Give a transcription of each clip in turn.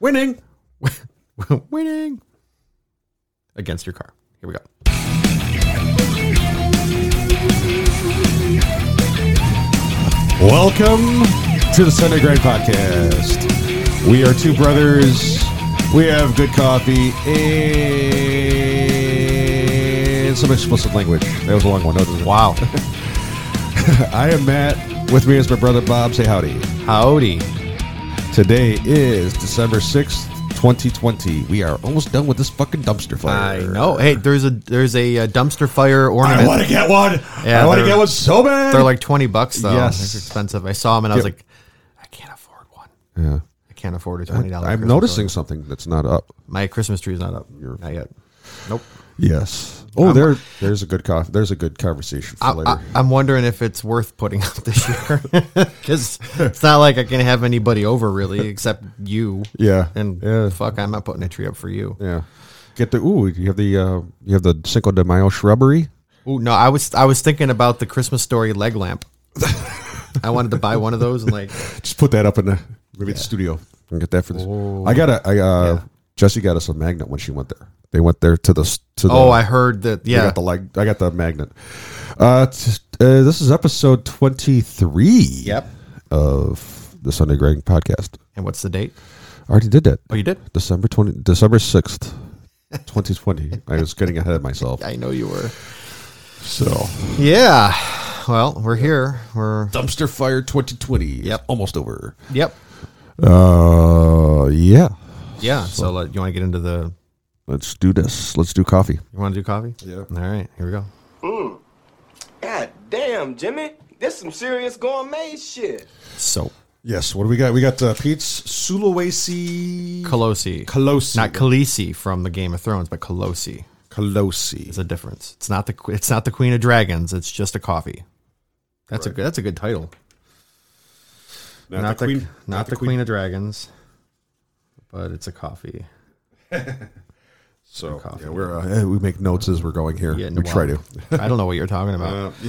Winning. Winning. Against your car. Here we go. Welcome to the Sunday Grind Podcast. We are two brothers. We have good coffee and some explicit language. That was a long one. No, it wasn't. Wow. I am Matt. With me is my brother Bob. Say howdy. Howdy. Today is December 6th, 2020. We are almost done with this fucking dumpster I fire. know. Hey, there's a there's a, uh dumpster fire I ornament. want to get one. Yeah, I want to they're- get one so bad. They're like twenty bucks though. Yes. It's expensive. I saw them and I was Yep. like, I can't afford one. yeah. I can't afford a twenty dollars. I'm noticing something that's not up. my Christmas tree's not up. Not yet. Nope. Yes. Oh, there. There's a good coffee. There's a good conversation for later. I, I'm wondering if it's worth putting up this year because it's not like I can have anybody over really except you. yeah. And yeah. fuck, I'm not putting a tree up for you. Yeah. Get the ooh. You have the uh, you have the Cinco de Mayo shrubbery. Ooh, no, I was I was thinking about the Christmas story leg lamp. I wanted to buy one of those and like Just put that up in the maybe the studio and get that for this. Oh. I got a. I, uh, Jesse got us a magnet when she went there. They went there to the s- to the. oh I heard that I yeah got the leg. I got the magnet. Uh, t- uh, this is episode twenty three. Yep. Of the Sunday Greg podcast. and what's the date? I already did that. Oh you did? December twenty. December sixth, twenty twenty. I was getting ahead of myself. I know you were. So Yeah. Well, we're here. We're dumpster fire twenty twenty. Yep. Almost over. yep. Uh, yeah. Yeah. So like, you want to get into the Let's do this. Let's do coffee. you want to do coffee? Yeah. All right, here we go. God damn, Jimmy. This some serious gourmet shit. So Yes. What do we got? We got uh, Pete's Sulawesi Colosi. Kolosi. not Khaleesi from the Game of Thrones, but Kolosi. Kolosi. It's a difference. It's not the que- it's not the Queen of Dragons. It's just a coffee. That's a good, that's a good title. Not, the, queen, not, the, queen. of Dragons, but it's a coffee. So yeah, we're uh, eh, we make notes as we're going here. Yeah, we try to. I don't know what you're talking about.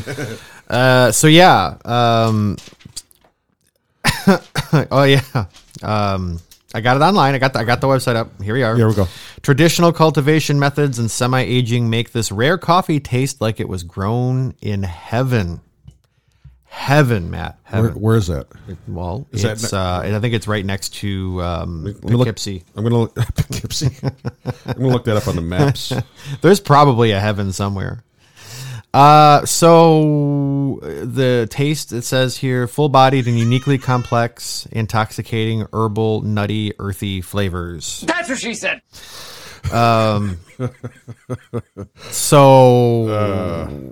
Uh, so yeah. Um, oh yeah. Um, I got it online. I got the, I got the website up. Here we are. Here we go. Traditional cultivation methods and semi aging make this rare coffee taste like it was grown in heaven. Heaven, Matt. Where, Heaven. where is that? well, that it's uh, and I think it's right next to um, Let me look- Poughkeepsie. I'm gonna look, Poughkeepsie. I'm gonna look that up on the maps. There's probably a heaven somewhere. Uh, so uh, the taste it says here, full-bodied and uniquely complex, intoxicating, herbal, nutty, earthy flavors. That's what she said. So Uh.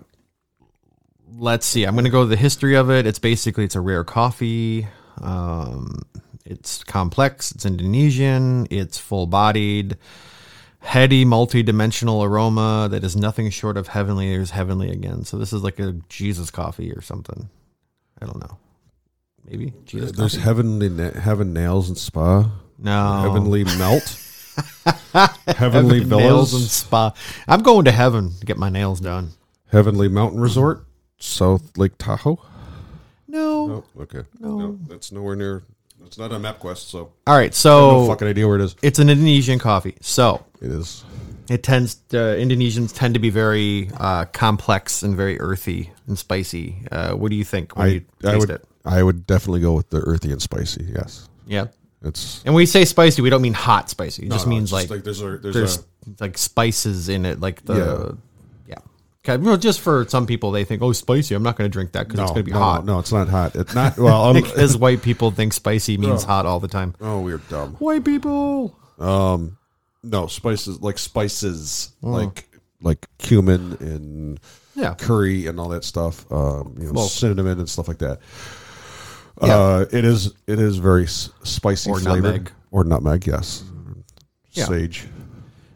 let's see. I'm going to go to the history of it. It's basically it's a rare coffee. Um, it's complex. It's Indonesian. It's full-bodied, heady, multi-dimensional aroma that is nothing short of heavenly. There's heavenly again. So this is like a Jesus coffee or something. I don't know. Maybe Jesus. There's heavenly na- heaven nails and spa. No. Heavenly melt. heavenly nails and villas. spa. I'm going to heaven to get my nails done. heavenly mountain resort. South Lake Tahoe. No. Oh, okay. No. that's nowhere near. It's not on MapQuest, so All right. no So fucking idea where it is. it's an Indonesian coffee. So It is. Oh. it tends uh, Indonesians tend to be very uh, complex and very earthy and spicy. Uh, what do you think when you I, taste I would. it? I would definitely go with the earthy and spicy. Yes, Yeah. it's. And when we say spicy, we don't mean hot spicy. It just no, means it's just like, like there's a- there's like spices in it, like the yeah. Okay, well, just for some people, they think, "Oh, spicy! I'm not going to drink that because it's going to be no, hot." No, no, it's not hot. It's not. Well, um, As white people think spicy means hot all the time. oh, we're dumb. White people. No, spices like spices Oh. like like cumin and Yeah. curry and all that stuff. Um, you know, Well- cinnamon and stuff like that. Yeah. Uh, it is it is very s- spicy Or flavored nutmeg. or nutmeg. Yes, Yeah. sage.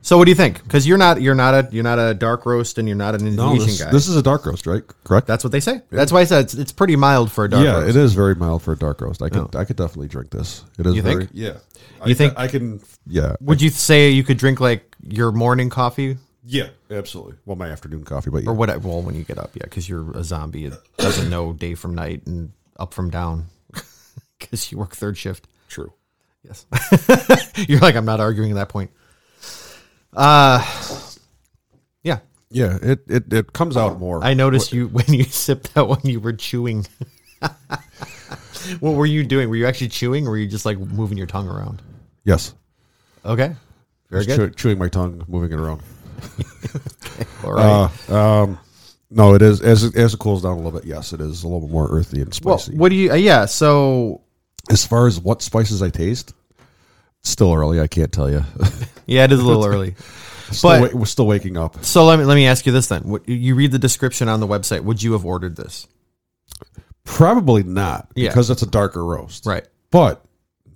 So, what do you think? Because you're not you're not a you're not a dark roast, and you're not an No, Indonesian this, guy. this is a dark roast, right? Correct. That's what they say. That's why I said it's, it's pretty mild for a dark yeah, roast. Oh. it is very mild for a dark roast. I could I could definitely drink this. It is You very think? yeah. You I, think- I can yeah. Would you say you could drink like your morning coffee Yeah, absolutely. Well, my afternoon coffee, but or yeah. what? Well, when you get up, yeah, because you're a zombie. It doesn't know day from night and up from down because you work third shift. true. Yes. You're like, I'm not arguing that point. Uh, yeah. Yeah, it, it, it comes out more. I noticed you when you sipped that one, you were chewing. what were you doing? Were you actually chewing or were you just like moving your tongue around? yes. Okay. Very Just good. chew- chewing my tongue, moving it around. All right. No, it is as it- as it cools down a little bit. Yes, it is a little bit more earthy and well, spicy. what do you, uh, yeah. So, as far as what spices I taste, still early. I can't tell you. yeah, it is a little early. still But- wa- we're still waking up. So let me, let me ask you this then. What, you read the description on the website. Would you have ordered this? Probably not Yeah. because it's a darker roast. Right. But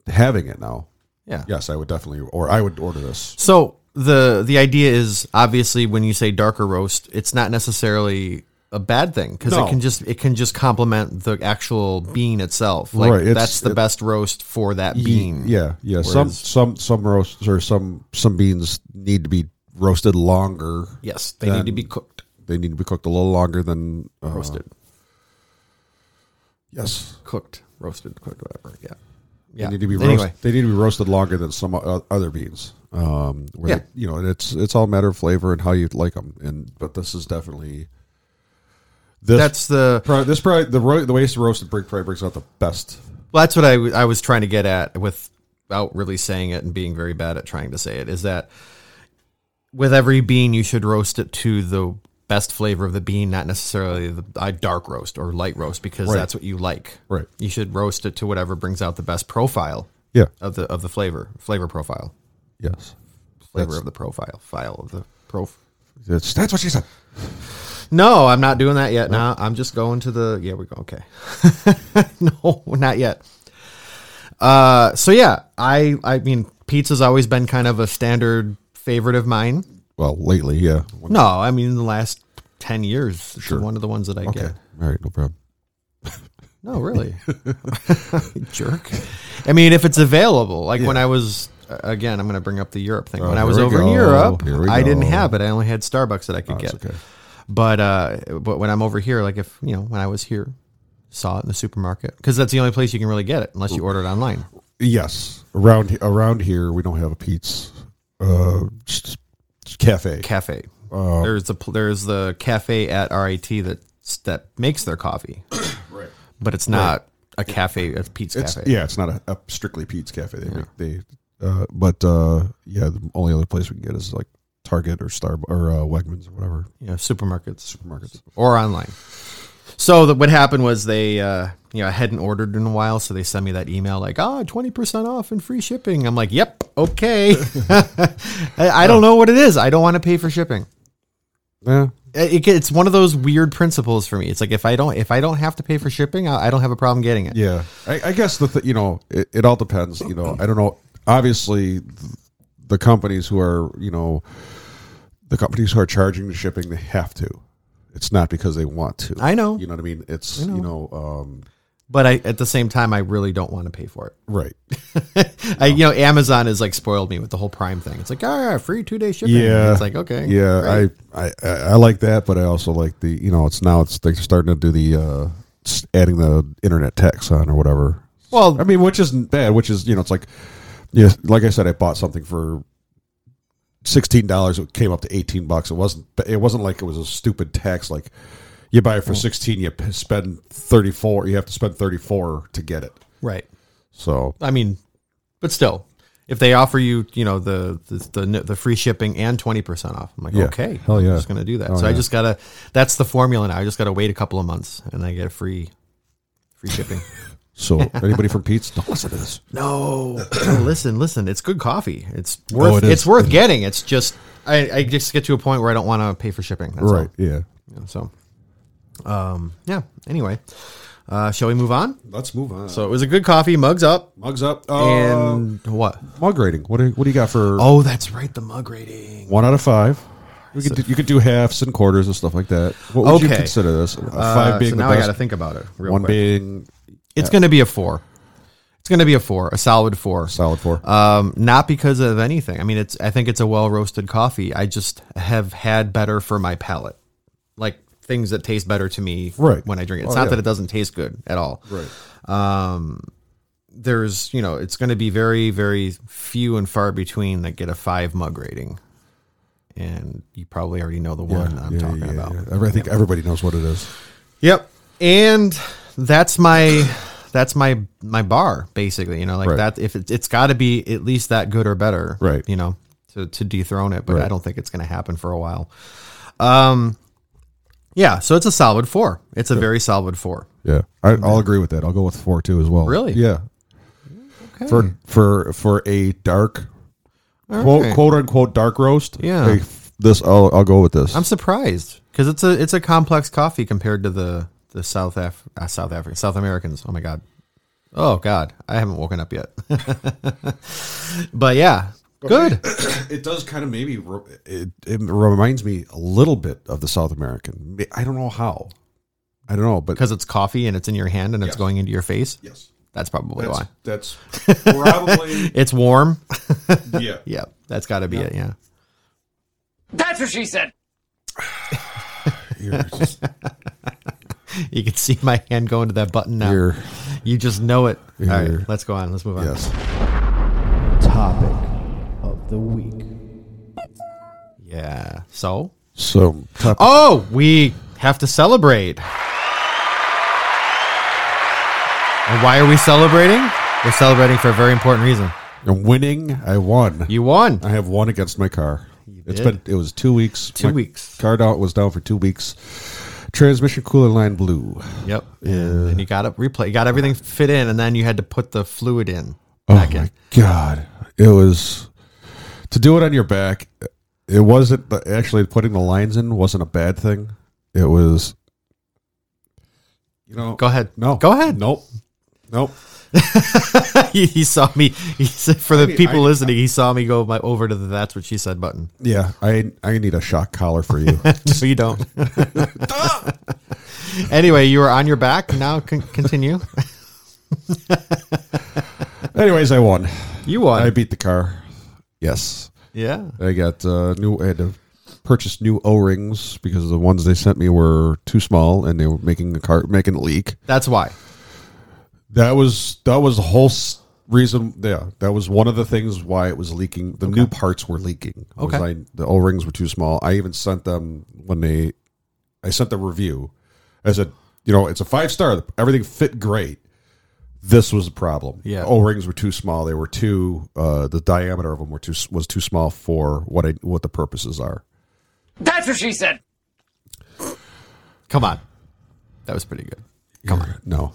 having it now, Yeah. yes, I would definitely or I would order this. So the the idea is obviously when you say darker roast, it's not necessarily a bad thing because No. it can just it can just complement the actual bean itself. Like Right, it's- that's the it- best roast for that bean. Yeah, yeah. some Whereas- some some roasts or some some beans need to be roasted longer. Yes, they need to be cooked, They need to be cooked a little longer than uh, roasted, Yes. cooked, roasted, cooked, whatever. Yeah. They Yeah. need to be Anyway. roasted. They need to be roasted longer than some o- uh, other beans. Um, where Yeah. they- you know, and it's it's all a matter of flavor and how you like them. And but this is definitely this. That's the probably, this probably the ro- the way it's roasted brick probably brings out the best. Well, that's what I, w- I was trying to get at without really saying it and being very bad at trying to say it is that with every bean, you should roast it to the best flavor of the bean, not necessarily the I dark roast or light roast because Right. that's what you like. Right. You should roast it to whatever brings out the best profile Yeah. of the of the flavor, flavor profile, Yes. flavor That's- of the profile, file of the prof. That's, that's what she said. No, I'm not doing that yet. Now I'm just going to the. Yeah, we go. Okay. no, not yet. Uh, so yeah, I I mean, pizza's always been kind of a standard favorite of mine. Well, lately, yeah. When- No, I mean, in the last ten years, it's one of the ones that I Okay. get. All right. No problem. No, really, jerk. I mean, if it's available, like when I was uh, again, I'm going to bring up the Europe thing. when I Oh, here was we over in go. Europe, Here we I didn't go. have it. I only had Starbucks that I could That's get. okay. But uh, but when I'm over here, like if you know when I was here, saw it in the supermarket because that's the only place you can really get it unless you order it online. Yes. Around around here, we don't have a Pete's uh, s- s- cafe. Cafe. Oh. there's the pl- there's the cafe at RIT that that makes their coffee, right? But it's not a cafe, a pizza It's e cafe. yeah, it's not a, a strictly Pete's cafe. They make they, uh, but uh, yeah, the only other place we can get is like Target or Star or uh, Wegmans or whatever You know, supermarkets markets. or online. So that what happened was they, uh, you know, I hadn't ordered in a while, so they sent me that email like, ah, twenty percent off and free shipping. I'm like, yep, okay. I, I don't know what it is. I don't want to pay for shipping. Yeah, it, it's one of those weird principles for me. It's like if I don't if I don't have to pay for shipping, I, I don't have a problem getting it. yeah. I, I guess the th- you know it, it all depends. You know, I don't know. Obviously, th- the companies who are you know the companies who are charging the shipping, they have to. It's not because they want to. I know, You know what I mean? It's you know, um, but I at the same time I really don't want to pay for it. right? I you know Amazon has like spoiled me with the whole Prime thing. It's like ah free two day shipping. Yeah. it's like okay Yeah, great. I, I I I like that, but I also like the you know it's now it's they're starting to do the uh, s- adding the internet tax on or whatever. well I mean, which isn't bad. Which is you know it's like yeah, like I said, I bought something for sixteen dollars. It came up to eighteen bucks. It wasn't it wasn't like it was a stupid tax like. You buy it Oh. for sixteen. You p- spend thirty four. You have to spend thirty four to get it. right. So I mean, but still, if they offer you you know the the the, the free shipping and twenty percent off, I'm like Yeah. okay, Hell yeah. I'm just gonna do that. Hell so I yeah. just gotta that's the formula now. I just gotta wait a couple of months and I get free free shipping. so anybody from Pete's don't listen to this. No, No, listen, listen. It's good coffee. It's worth. Oh, it is. it's worth getting. It's just I, I just get to a point where I don't want to pay for shipping. That's Right? all. Yeah. You know, So, um, yeah. Anyway, uh, shall we move on? Let's move on. So it was a good coffee. Mugs up mugs up. Uh, and what? mug rating. What do, what do you got for Oh, that's right. The mug rating. one out of five? We could do, you could do halves and quarters and stuff like that. What would you Okay. consider this? A Uh, Five being so the now I best, got to think about it. Real one quick. being it's going to be a four. It's going to be a four, a solid four. solid four. um, not because of anything. I mean, it's I think it's a well roasted coffee. I just have had better for my palate, like things that taste better to me Right. when I drink it. It's Oh, not yeah. that it doesn't taste good at all. right. Um, there's you know it's going to be very very few and far between that get a five mug rating, and you probably already know the one I'm Yeah, talking yeah, about. yeah. Every- I think everybody knows what it is. Yep. And that's my that's my my bar basically, you know, like Right. that if it, it's got to be at least that good or better, Right. you know, to to dethrone it, but Right. I don't think it's going to happen for a while. Um yeah, so it's a solid 4. It's a very solid 4. Yeah, I, I'll agree with that. I'll go with four too as well. Really? Yeah. For for for a dark quote, right. quote unquote dark roast. Yeah. a f- this I'll I'll go with this. I'm surprised cuz it's a it's a complex coffee compared to the the South Af- uh, South African South Americans. Oh my god. Oh god, I haven't woken up yet. but yeah, good. it does kind of maybe re- it, it reminds me a little bit of the South American. I don't know how. I don't know, but because it's coffee and it's in your hand and it's going into your face. yes, That's probably why. that's probably It's warm. yeah. yeah, that's got to be it. Yeah. That's what she said. You're just, You can see my hand going to that button now. you're- You just know it. All Here. right, let's go on. Let's move on. yes. Topic of the week. Yeah. So, So top- oh, we have to celebrate. And why are we celebrating? We're celebrating for a very important reason. I'm winning. I won. You won. I have one against my car. It's been did. it was two weeks. Two My weeks. Car down was down for two weeks. Transmission coolant line blew. Yep. And then you got it replay. You got everything fit in, and then you had to put the fluid in. Oh Back in. my god! It was to do it on your back. It wasn't the, actually putting the lines in wasn't a bad thing. It was, you know. Go ahead. No. Go ahead. Nope. Nope. he, he saw me. He said, for the mean, people I- listening, he saw me go my over to the "That's what she said" button. Yeah, I I need a shock collar for you. So you don't. anyway, you were on your back. Now con- continue. Anyways, I won. You won. I beat the car. Yes. yeah. I got uh, new. I had to purchase new O rings because the ones they sent me were too small, and they were making the car making it leak. That's why. That was that was the whole s- reason. Yeah, that was one of the things why it was leaking. The new parts were leaking. was Okay. I, the O rings were too small. I even sent them when they. I sent the review. I said, you know, it's a five star. Everything fit great. This was a problem. Yeah. O rings were too small. They were too. Uh, the diameter of them were too s- was too small for what I what the purposes are. That's what she said. Come on. That was pretty good. Come on. No.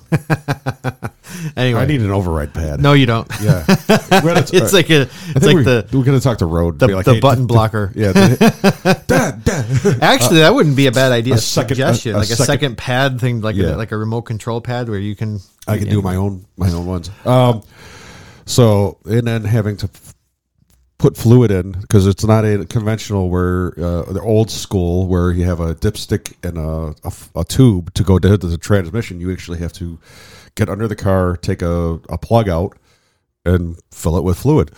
Anyway, I need an override pad. no, you don't. Yeah. it's like a. It's like the. we're gonna talk to Road. The, be like, the "Hey, button d- d- blocker. Yeah. d- Dad, dad. Actually, that wouldn't be a bad idea. a second- suggestion, a- a like a second, second- pad thing, like a, Yeah. like a remote control pad where you can. I can do my own my own ones. Um, so and then having to f- put fluid in because it's not a conventional where uh, the old school where you have a dipstick and a, a f- a tube to go to the transmission. You actually have to get under the car, take a, a plug out, and fill it with fluid.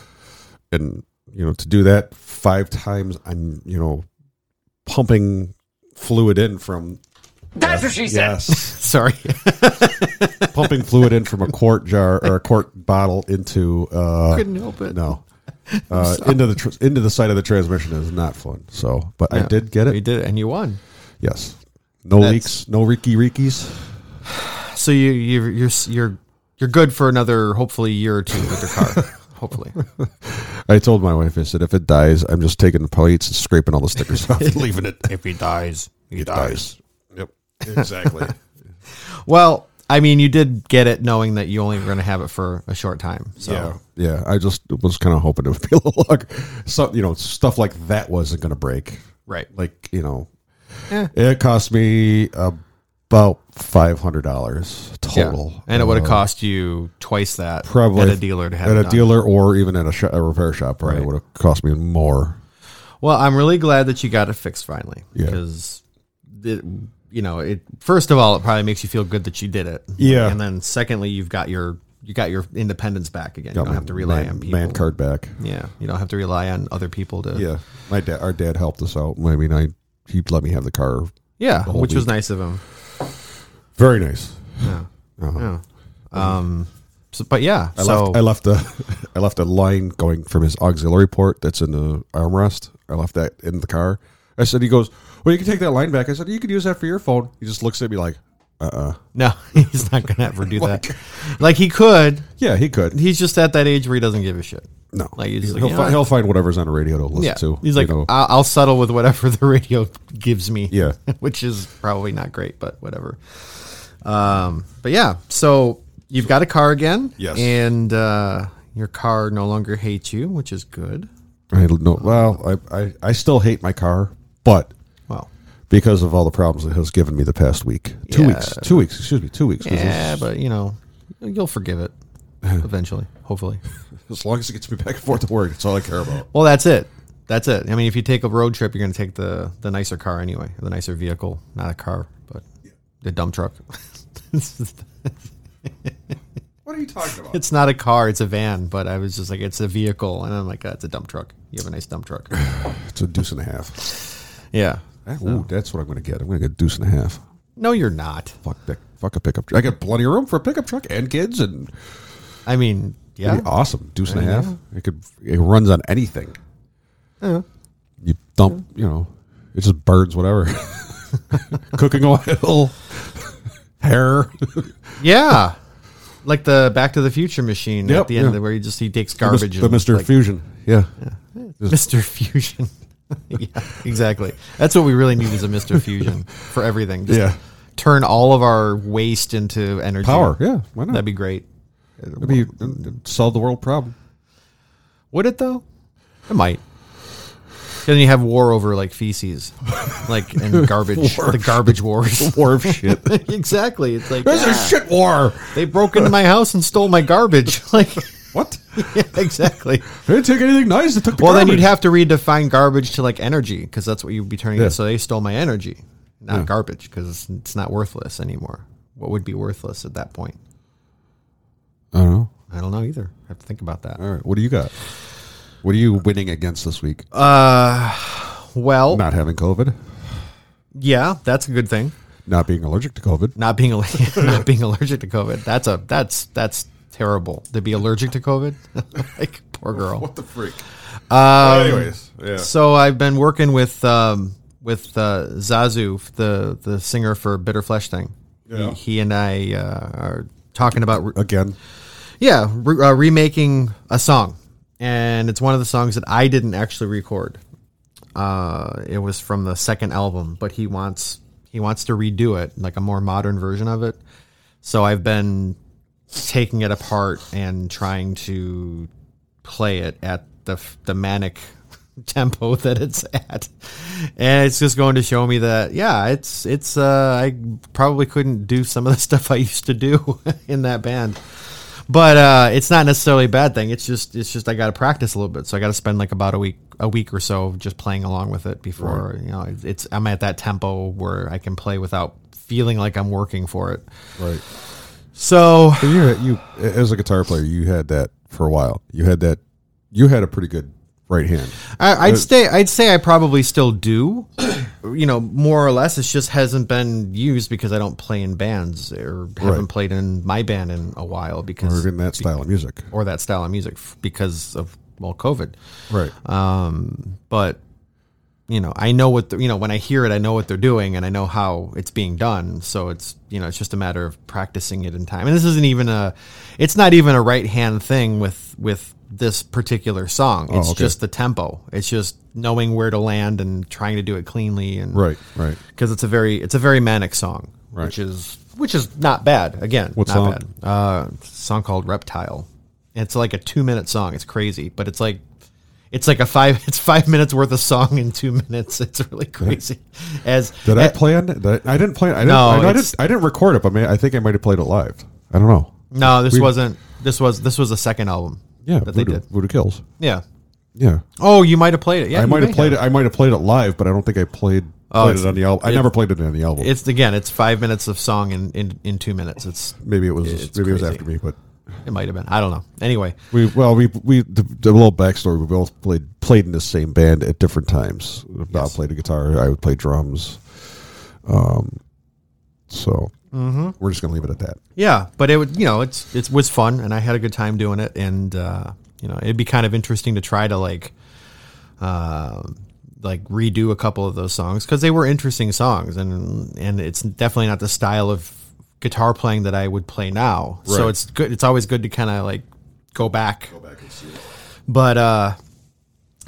And you know to do that five times, I'm you know pumping fluid in from That's what she said. yes Sorry. pumping fluid in from a quart jar or a quart bottle into uh Couldn't help it. no uh, into the tr- into the side of the transmission is not fun so but i Yeah. did get You it did, it, and you won. yes no That's- leaks no reeky reekies So you you you're you're you're good for another hopefully year or two with your car. hopefully. i told my wife i said if it dies i'm just taking the plates and scraping all the stickers off and leaving it If he dies, he it dies yep exactly Well, I mean, you did get it knowing that you only were going to have it for a short time. So yeah yeah i just was kind of hoping it would be a little luck so you know stuff like that wasn't going to break right. like you know it cost me about five hundred dollars total And it would have Uh, cost you twice that probably at a dealer to have at it a done. dealer or even at a, sho- a repair shop right it Right. would have cost me more Well, I'm really glad that you got it fixed finally Yeah. because it, you know, it first of all, it probably makes you feel good that you did it. Yeah. And then secondly, you've got your you got your independence back again. you Got don't my have to rely man, on people. man card back Yeah, you don't have to rely on other people to. yeah my dad our dad helped us out i mean i he let me have the car yeah, whole which was week. nice of him. very nice Yeah. Uh-huh. Yeah. Um, So, but yeah, I so left I left a I left a line going from his auxiliary port that's in the armrest. I left that in the car. I said he goes, Well you can take that line back. I said, You could use that for your phone. He just looks at me like, uh uh no, he's not gonna ever do that. Like he could. Yeah, he could. He's just at that age where he doesn't give a shit. no. like, he's he'll, like, you know fi- what? he'll find whatever's on the radio to listen Yeah, to. he's you like, "Ah." know. I'll, I'll settle with whatever the radio gives me. Yeah. which is probably not great, but whatever. Um, but yeah, so you've got a car again. Yes. and uh, your car no longer hates you, which is good. I don't know. Well, I, I, I still hate my car, but Well, because of all the problems it has given me the past week, two Yeah. weeks, two weeks, excuse me, two weeks. 'cause yeah, it's- but you know, you'll forgive it eventually, hopefully. as long as it gets me back and forth to work, that's all I care about. Well, that's it. That's it. I mean, if you take a road trip, you're going to take the the nicer car anyway, the nicer vehicle, not a car, but the dump truck. What are you talking about? it's not a car, it's a van. But I was just like, it's a vehicle, and I'm like, that's a dump truck. You have a nice dump truck. It's a deuce and a half. yeah. Ah, Ooh, that's what I'm going to get. I'm going to get a deuce and a half. No, you're not. Fuck that. Fuck a pickup truck. I got plenty of room for a pickup truck and kids, and I mean, it'd yeah, be awesome. Deuce and a half. It could. It runs on anything. You dump. You know, it just burns whatever. Cooking oil, hair. yeah. Like the Back to the Future machine Yep, at the end, yeah. where he just he takes garbage. The and, Mister like, Fusion. Yeah. Mr. Fusion. yeah, exactly. That's what we really need is a Mr. Fusion for everything. Just Yeah. Turn all of our waste into energy. Power. Yeah. Why not? That'd be great. It'd be, it'd solve the world problem. Would it though? It might. Then you have war over like feces, like and garbage, War. the garbage wars. War of shit. exactly. It's like There's ah, a shit war. they broke into my house and stole my garbage. Like, What? yeah, exactly. They didn't take anything nice. They took the Well, then garbage. you'd have to redefine garbage to like energy because that's what you'd be turning. Yeah. it. So they stole my energy, not garbage, because it's, it's not worthless anymore. What would be worthless at that point? I don't know. I don't know either. I have to think about that. All right. What do you got? What are you winning against this week? Uh, Well, not having COVID, yeah, that's a good thing. not being allergic to COVID. Not being al- not being allergic to COVID. That's a that's that's terrible to be allergic to COVID. like poor girl. the freak? anyways, yeah. So I've been working with um, with uh, Zazu, the the singer for Bitter Flesh thing. Yeah. He, he and I uh, are talking about re- Again, Yeah, re- uh, remaking a song, and it's one of the songs that I didn't actually record. Uh, it was from the second album, but he wants he wants to redo it, like a more modern version of it. So I've been taking it apart and trying to play it at the f- the manic tempo that it's at, and it's just going to show me that yeah, it's it's uh, I probably couldn't do some of the stuff I used to do in that band but uh, it's not necessarily a bad thing. It's just it's just I got to practice a little bit, so I got to spend like about a week a week or so just playing along with it before you know it's I'm at that tempo where I can play without feeling like I'm working for it. right? So But you, you, as a guitar player, you had that for a while. You had that. You had a pretty good right hand. I, I'd say I'd say I probably still do, you know, more or less. It just hasn't been used because I don't play in bands or haven't Right. played in my band in a while because Or in that style of music, or that style of music f- because of well COVID. right? but you know i know what the, you know when i hear it i know what they're doing and i know how it's being done so it's you know it's just a matter of practicing it in time and this isn't even a it's not even a right hand thing with with this particular song it's Oh, okay. just the tempo it's just knowing where to land and trying to do it cleanly and right, right. because it's a very it's a very manic song Right. which is which is not bad again What not song? bad uh it's a song called reptile it's like a two minute song it's crazy but it's like it's like a five it's five minutes worth of song in two minutes it's really crazy as Did I eh, play on? Did I, I didn't play. I didn't, No, I, know I it's- didn't. I didn't record it, but may- I think I might have played it live. I don't know. no this We- wasn't this was this was the second album Yeah, that Voodoo, they did Voodoo Kills. yeah Yeah, oh you might have played it yeah I you might have may played it. I might have played it live, but I don't think I played played it's- it on the album. I it- never played it on the album. it's again it's five minutes of song in in, in two minutes it's maybe it was it's maybe it was crazy. after me, but it might have been i don't know anyway we well we we the, the little backstory. We both played played in the same band at different times. Bob played the guitar. I would play drums. Um, so Mm-hmm. We're just gonna leave it at that. Yeah, but it would you know it's it was fun and I had a good time doing it and uh, you know it'd be kind of interesting to try to like uh, like redo a couple of those songs because they were interesting songs and and it's definitely not the style of guitar playing that I would play now. So Right. it's good. It's always good to kind of like go back. Go back and see it. But uh,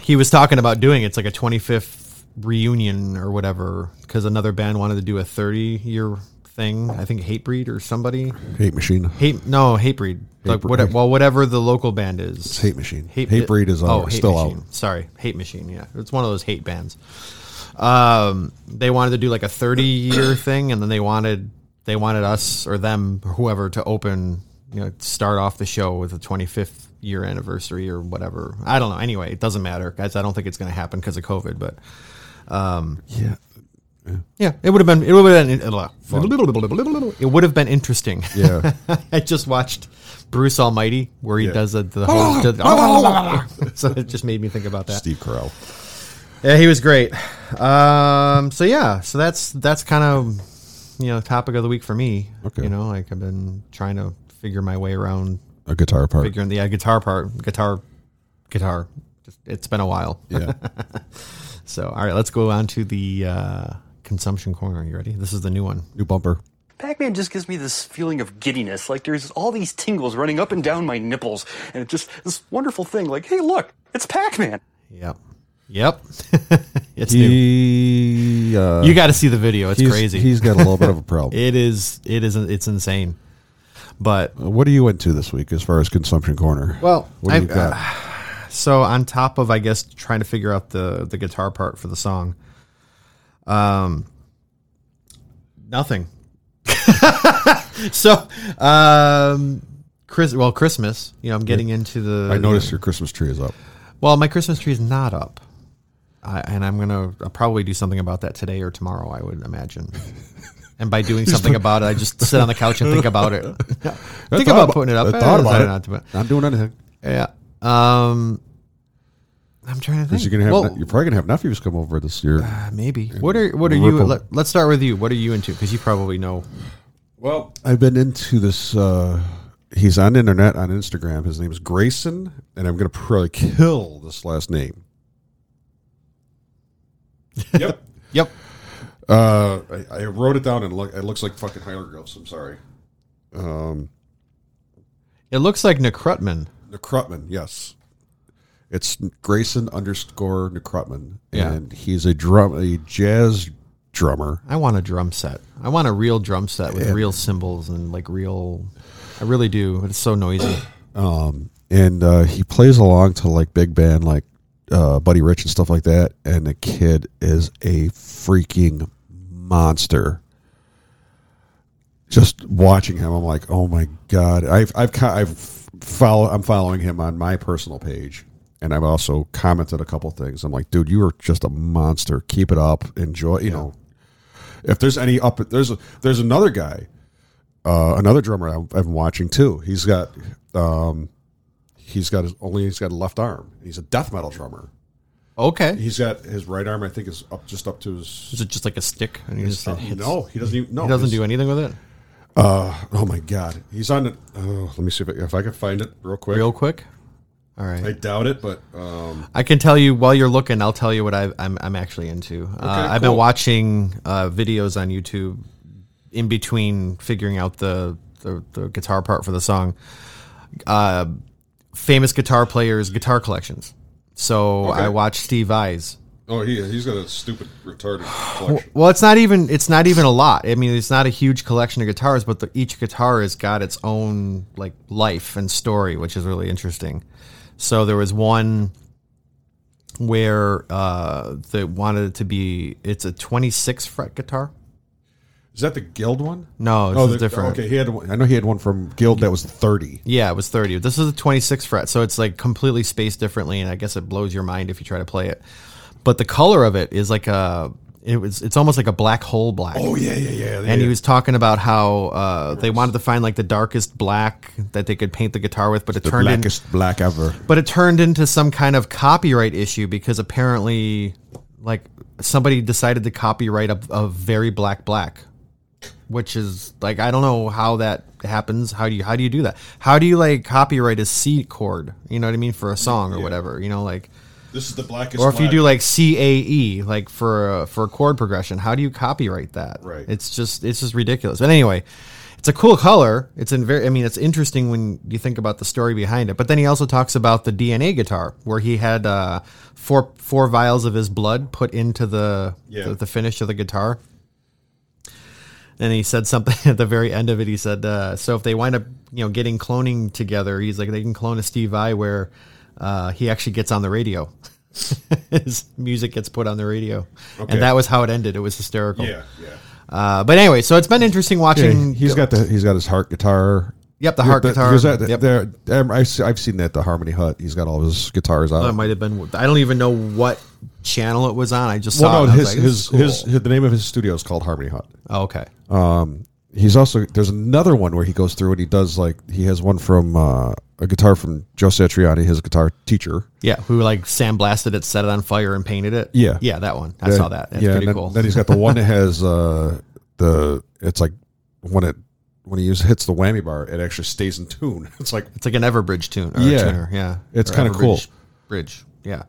he was talking about doing it's like a 25th reunion or whatever because another band wanted to do a 30 year thing. I think Hatebreed or somebody. Hate machine. Hate no Hatebreed. Like Hatebreed. what, well, whatever the local band is. It's hate machine. Hate, breed is out, Oh, Hate still Machine. Sorry, Hate Machine. Yeah, it's one of those hate bands. Um, they wanted to do like a thirty-year thing, and then they wanted they wanted us or them, whoever, to open. You know, start off the show with a twenty-fifth year anniversary or whatever. I don't know. Anyway, it doesn't matter, guys. I don't think it's going to happen because of COVID, but. out. Yeah, Yeah, it would have been it would have been it would have been interesting. yeah. I just watched Bruce Almighty where he Yeah. does the, the whole. so it just made me think about that. Steve Carell. Yeah, he was great. Um, so yeah, so that's that's kind of you know topic of the week for me. Okay. You know, like I've been trying to figure my way around A guitar part. figuring the yeah, guitar part, guitar, guitar. Just, it's been a while. Yeah. So all right, let's go on to the uh, consumption corner. You ready? This is the new one. New bumper. Pac-Man just gives me this feeling of giddiness, like there's all these tingles running up and down my nipples, and it's just this wonderful thing, like, hey, look, it's Pac-Man. Yep. Yep. it's new. He, uh, You got to see the video. It's he's, crazy. He's got a little bit of a problem. It is. It is. It's insane. But what are you into this week as far as consumption corner? Well, uh, what do you I've- got? so on top of I guess trying to figure out the the guitar part for the song, um, nothing. so, um, Chris. Well, Christmas. You know, I'm getting into the. I noticed your Christmas tree is up. Well, my Christmas tree is not up. I, and I'm gonna I'll probably do something about that today or tomorrow. I would imagine. And by doing something about it, I just sit on the couch and think about it. think thought about putting it up. I Eh, thought is about that it. not too bad? Not doing anything. Yeah. Um, I'm trying to think. Because you're gonna have Well, ne- you're probably gonna have nephews come over this year. uh, maybe. What are what are you? Ripple. Let, let's start with you. What are you into? Because you probably know. Well, I've been into this. Uh, he's on the internet on Instagram. His name is Grayson, and I'm going to probably kill this last name. yep. Yep. Uh, I, I wrote it down, and look, it looks like fucking hieroglyphs. I'm sorry. Um, It looks like Nick Krutman. Nekrutman, yes. It's Grayson underscore Nekrutman, Yeah. and he's a drum, a jazz drummer. I want a drum set. I want a real drum set with real cymbals and like real. I really do. It's so noisy. um, and uh, he plays along to like big band like uh, Buddy Rich and stuff like that. And the kid is a freaking monster. Just watching him, I'm like, oh my god! I've I've ki- I've follow I'm following him on my personal page, and I've also commented a couple things. I'm like, dude, you are just a monster. Keep it up. Enjoy. You know, if there's any up, there's a, there's another guy uh, another drummer I've, I've been watching too. He's got um, he's got his only he's got a left arm. He's a death metal drummer. Okay. He's got his right arm. I think is up just up to his. Is it just like a stick? And he just uh, hits? no, he doesn't even. No, He doesn't he's- do anything with it. Oh my god, he's on it. Oh, let me see if I, if I can find it real quick. Real quick. All I right. doubt it, but um, I can tell you while you're looking. I'll tell you what I, I'm I'm actually into. uh, I've cool. been watching uh, videos on YouTube in between figuring out the the, the guitar part for the song. Uh, famous guitar players' guitar collections. So Okay. I watched Steve Vai's oh, he he's got a stupid retarded collection. Well, it's not even it's not even a lot. I mean, it's not a huge collection of guitars, but the, each guitar has got its own like life and story, which is really interesting. So there was one where uh, they wanted it to be it's a 26 fret guitar. Is that the Guild one? No, this oh, is the- different. Okay, he had. One, I know he had one from Guild that was thirty. Yeah, it was 30. This is a 26 fret, so it's like completely spaced differently, and I guess it blows your mind if you try to play it. But the color of it is like a it was it's almost like a black hole black. Oh yeah, yeah, yeah. and yeah. he was talking about how uh, they wanted to find like the darkest black that they could paint the guitar with, but it the turned in, blackest black ever. but it turned into some kind of copyright issue because apparently, like somebody decided to copyright a, a very black black, which is like I don't know how that happens. How do you how do you do that? How do you like copyright a C chord? You know what I mean for a song or whatever. You know like This is the blackest. or if you do like C A E like for a, for a chord progression, how do you copyright that? Right. It's just it's just ridiculous. But anyway, it's a cool color. It's in very. I mean, it's interesting when you think about the story behind it. But then he also talks about the DNA guitar, where he had uh, four four vials of his blood put into the Yeah. the, the finish of the guitar. And he said something at the very end of it. He said, uh, "So if they wind up, you know, getting cloning together, he's like they can clone a Steve I where uh, he actually gets on the radio. His music gets put on the radio, Okay. and that was how it ended. It was hysterical. yeah, yeah. Uh, but anyway, so it's been interesting watching. he's got the he's got his heart guitar. Yep, the heart guitar. because That, Yep. there- um, I've, se- I've seen that at the Harmony Hut. He's got all of his guitars out. That might have been. I don't even know what channel it was on. I just saw well, it and no, I his was like, this his, is cool. his his the name of his studio is called Harmony Hut. Um, Oh, okay. He's also there's another one where he goes through and he does like he has one from uh, a guitar from Joe Satriani, his guitar teacher. Yeah, who like sandblasted it, set it on fire, and painted it. Yeah. yeah, that one. I saw that. That's yeah, pretty and then, cool. then he's got the one that has uh, the it's like when it when he use, hits the whammy bar, it actually stays in tune. It's like It's like an Everbridge tune. Or Yeah. a tuner, yeah. It's Or kinda Everbridge cool. Bridge, yeah.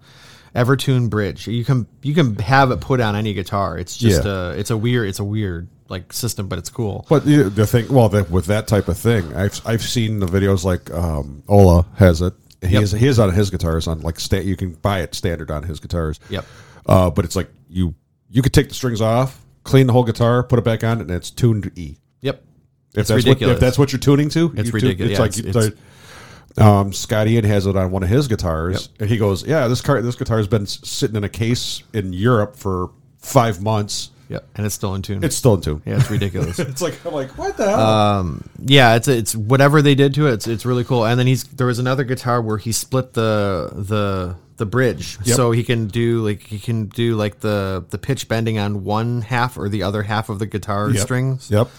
Evertune bridge. You can you can have it put on any guitar. It's just Yeah. a it's a weird it's a weird like system, but it's cool. But the, the thing, well, the, with that type of thing, I've I've seen the videos like um, Ola has it. He Yep. has his on his guitars on like sta- you can buy it standard on his guitars. Yep. Uh, but it's like you you could take the strings off, clean the whole guitar, put it back on, and it's tuned to E. Yep. If It's that's what ridiculous. if that's what you're tuning to, It's you tune- ridiculous. Yeah, It's it's- like you- um, Scott Ian has it on one of his guitars, and he goes, "Yeah, this car this guitar has been s- sitting in a case in Europe for five months. Yep. And it's still in tune. It's still in tune. yeah, Uh, it's ridiculous. It's like I'm like what the hell." yeah, it's it's whatever they did to it. It's, it's really cool. And then he's there was another guitar where he split the the the bridge, Yep. so he can do like he can do like the the pitch bending on one half or the other half of the guitar Yep. strings. Yep.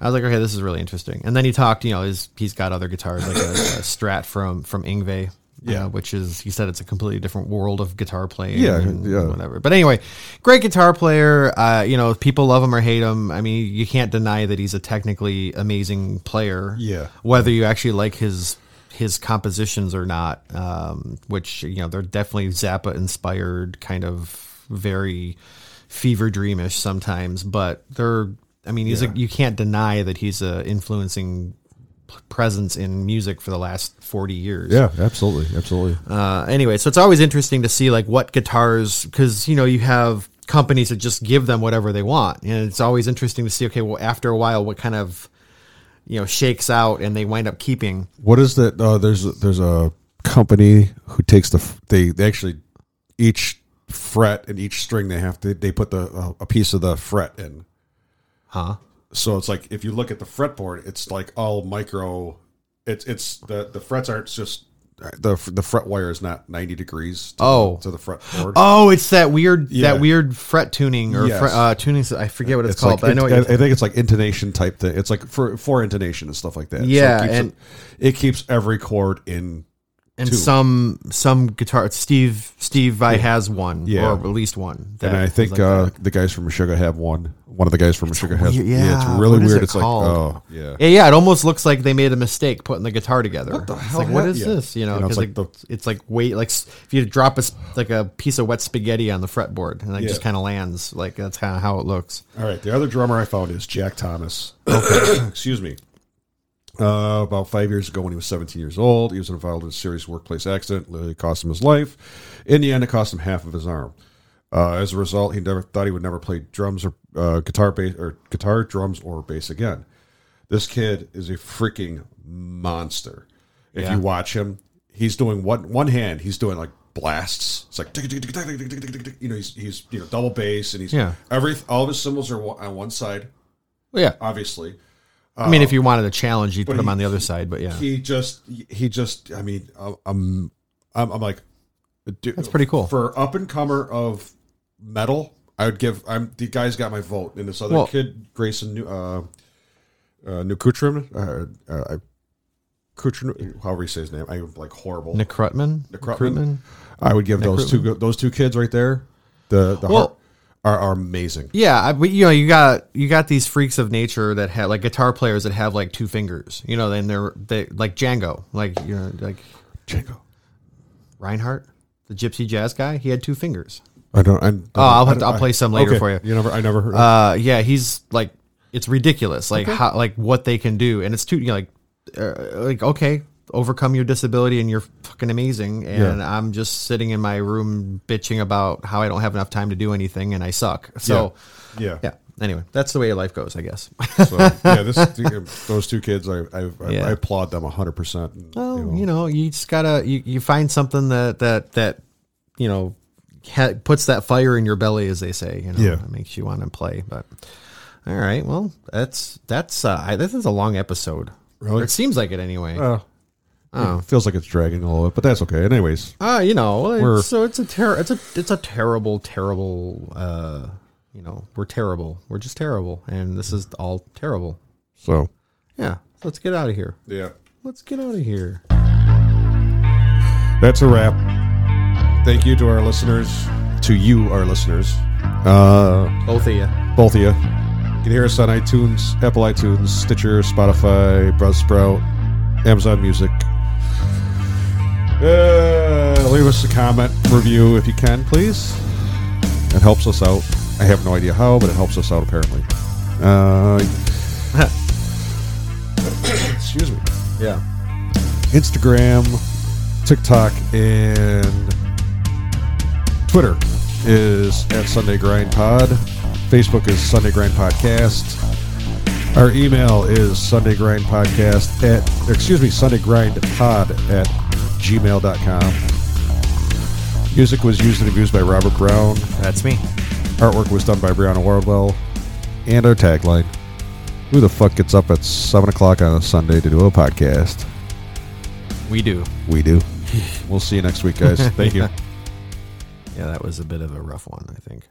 I was like, okay, this is really interesting. And then he talked, you know, his, he's got other guitars like a, a Strat from from Ingve, Yeah. which is he said it's a completely different world of guitar playing, Yeah, and yeah. whatever. But anyway, great guitar player. Uh, you know, people love him or hate him. I mean, you can't deny that he's a technically amazing player. Yeah. whether you actually like his his compositions or not, um, which you know they're definitely Zappa inspired, kind of very fever dreamish sometimes, but they're. I mean, he's a, you can't deny that he's a influencing p- presence in music for the last 40 years Yeah, absolutely, absolutely. uh, anyway, so it's always interesting to see like what guitars because you know you have companies that just give them whatever they want, and it's always interesting to see. Okay, well, after a while, what kind of you know shakes out, and they wind up keeping. what is that? Uh, there's there's a company who takes the f- they, they actually each fret and each string they have to they put the uh, a piece of the fret in. Huh. So it's like if you look at the fretboard, it's like all micro. It's it's the the frets aren't just the the fret wire is not ninety degrees. To, Oh. to the fretboard. Oh, it's that weird Yeah. that weird fret tuning or Yes. fret, uh, tuning. I forget what it's, It's called, like but I know what I, you're think it's like intonation type thing. It's like for for intonation and stuff like that. So it Yeah, keeps and- it, it keeps every chord in and two. some some guitar. Steve Steve I has one Yeah. or at least one. that and I is think like uh, that. the guys from Meshuggah have one. One of the guys from Meshuggah has. weird- yeah, it's really what is weird. it it's called? like oh yeah. Yeah, yeah, it almost looks like they made a mistake putting the guitar together. What the It's hell like, what hap- is yeah. this? You know, You know, it's 'cause, like like the- it's like weight, like s- if you drop a s- like a piece of wet spaghetti on the fretboard and it Yeah. just kind of lands. Like that's kind of how it looks. All right, the other drummer I found is Jack Thomas. Okay, excuse me. Uh, about five years ago, when he was 17 years old, he was involved in a serious workplace accident. Literally cost him his life. In the end, it cost him half of his arm. Uh, as a result, he never thought he would never play drums or uh, guitar, bass, or guitar, drums, or bass again. This kid is a freaking monster. If you watch him, he's doing one one hand, he's doing like blasts. It's like tick, tick, tick, tick, tick, tick, tick, tick, tick, tick. you know he's he's you know double bass and he's Yeah. every all of his cymbals are on one side, Well, yeah, obviously. I mean, if you wanted a challenge, you'd put he- them on the other side. But yeah, He just he just I mean I'm I'm, I'm I'm like dude, That's pretty cool. for up and comer of metal. I would give I'm the guy's got my vote, and this other Well- kid Grayson New uh, uh, Nukutrin, uh, uh, I- Kutrin, however you say his name, I'm like horrible. Nick Krutman, Krutman? I would give those two those two kids right there. The the Well- har- are, are amazing. Yeah, I, but you know, you got you got these freaks of nature that have like guitar players that have like two fingers. You know, and they're they like Django, like you know, like Django. Reinhardt, the gypsy jazz guy. He had two fingers. I don't. I, oh, I'll have to- I'll play some later for you. You never. I never heard. of Uh, yeah, he's like it's ridiculous, like how like what they can do, and it's too you know, like uh, like okay, overcome your disability and you're fucking amazing. And Yeah. I'm just sitting in my room bitching about how I don't have enough time to do anything and I suck. So yeah. yeah. Anyway, that's the way life goes, I guess. So yeah, this those two kids, I I, I, Yeah. I applaud them hundred percent. Well, you know, you just gotta you, you find something that that that you know ha- puts that fire in your belly, as they say. You know, Yeah. that makes you want to play. But all right, well, that's that's uh, I, this is a long episode. Really? It seems like it anyway. Uh, Oh. it feels like it's dragging a little bit, but that's okay. And anyways, Uh, you know, We're- it's, so it's a ter- it's a it's a terrible, terrible. Uh, you know, we're terrible. We're just terrible, and this is all terrible. so Yeah, let's get out of here. yeah, Let's get out of here. that's a wrap. Thank you to our listeners, to you, our listeners, uh, Both of you. both of you. You can hear us on iTunes, Apple iTunes, Stitcher, Spotify, Buzzsprout, Amazon Music. Uh, leave us a comment, review if you can, please. It helps us out. I have no idea how, but it helps us out apparently. Uh, excuse me. Yeah. Instagram, TikTok, and Twitter is at Sunday Grind Pod. Facebook is Sunday Grind Podcast. Our email is Sunday Grind Podcast at, excuse me, Sunday Grind Pod at gmail.com. Music was used and abused by Robert Brown. That's me. Artwork was done by Brianna Wardwell. And our tagline Who the fuck gets up at 7 o'clock on a Sunday to do a podcast? We do. We do. We'll see you next week, guys. Thank you. Yeah, that was a bit of a rough one, I think.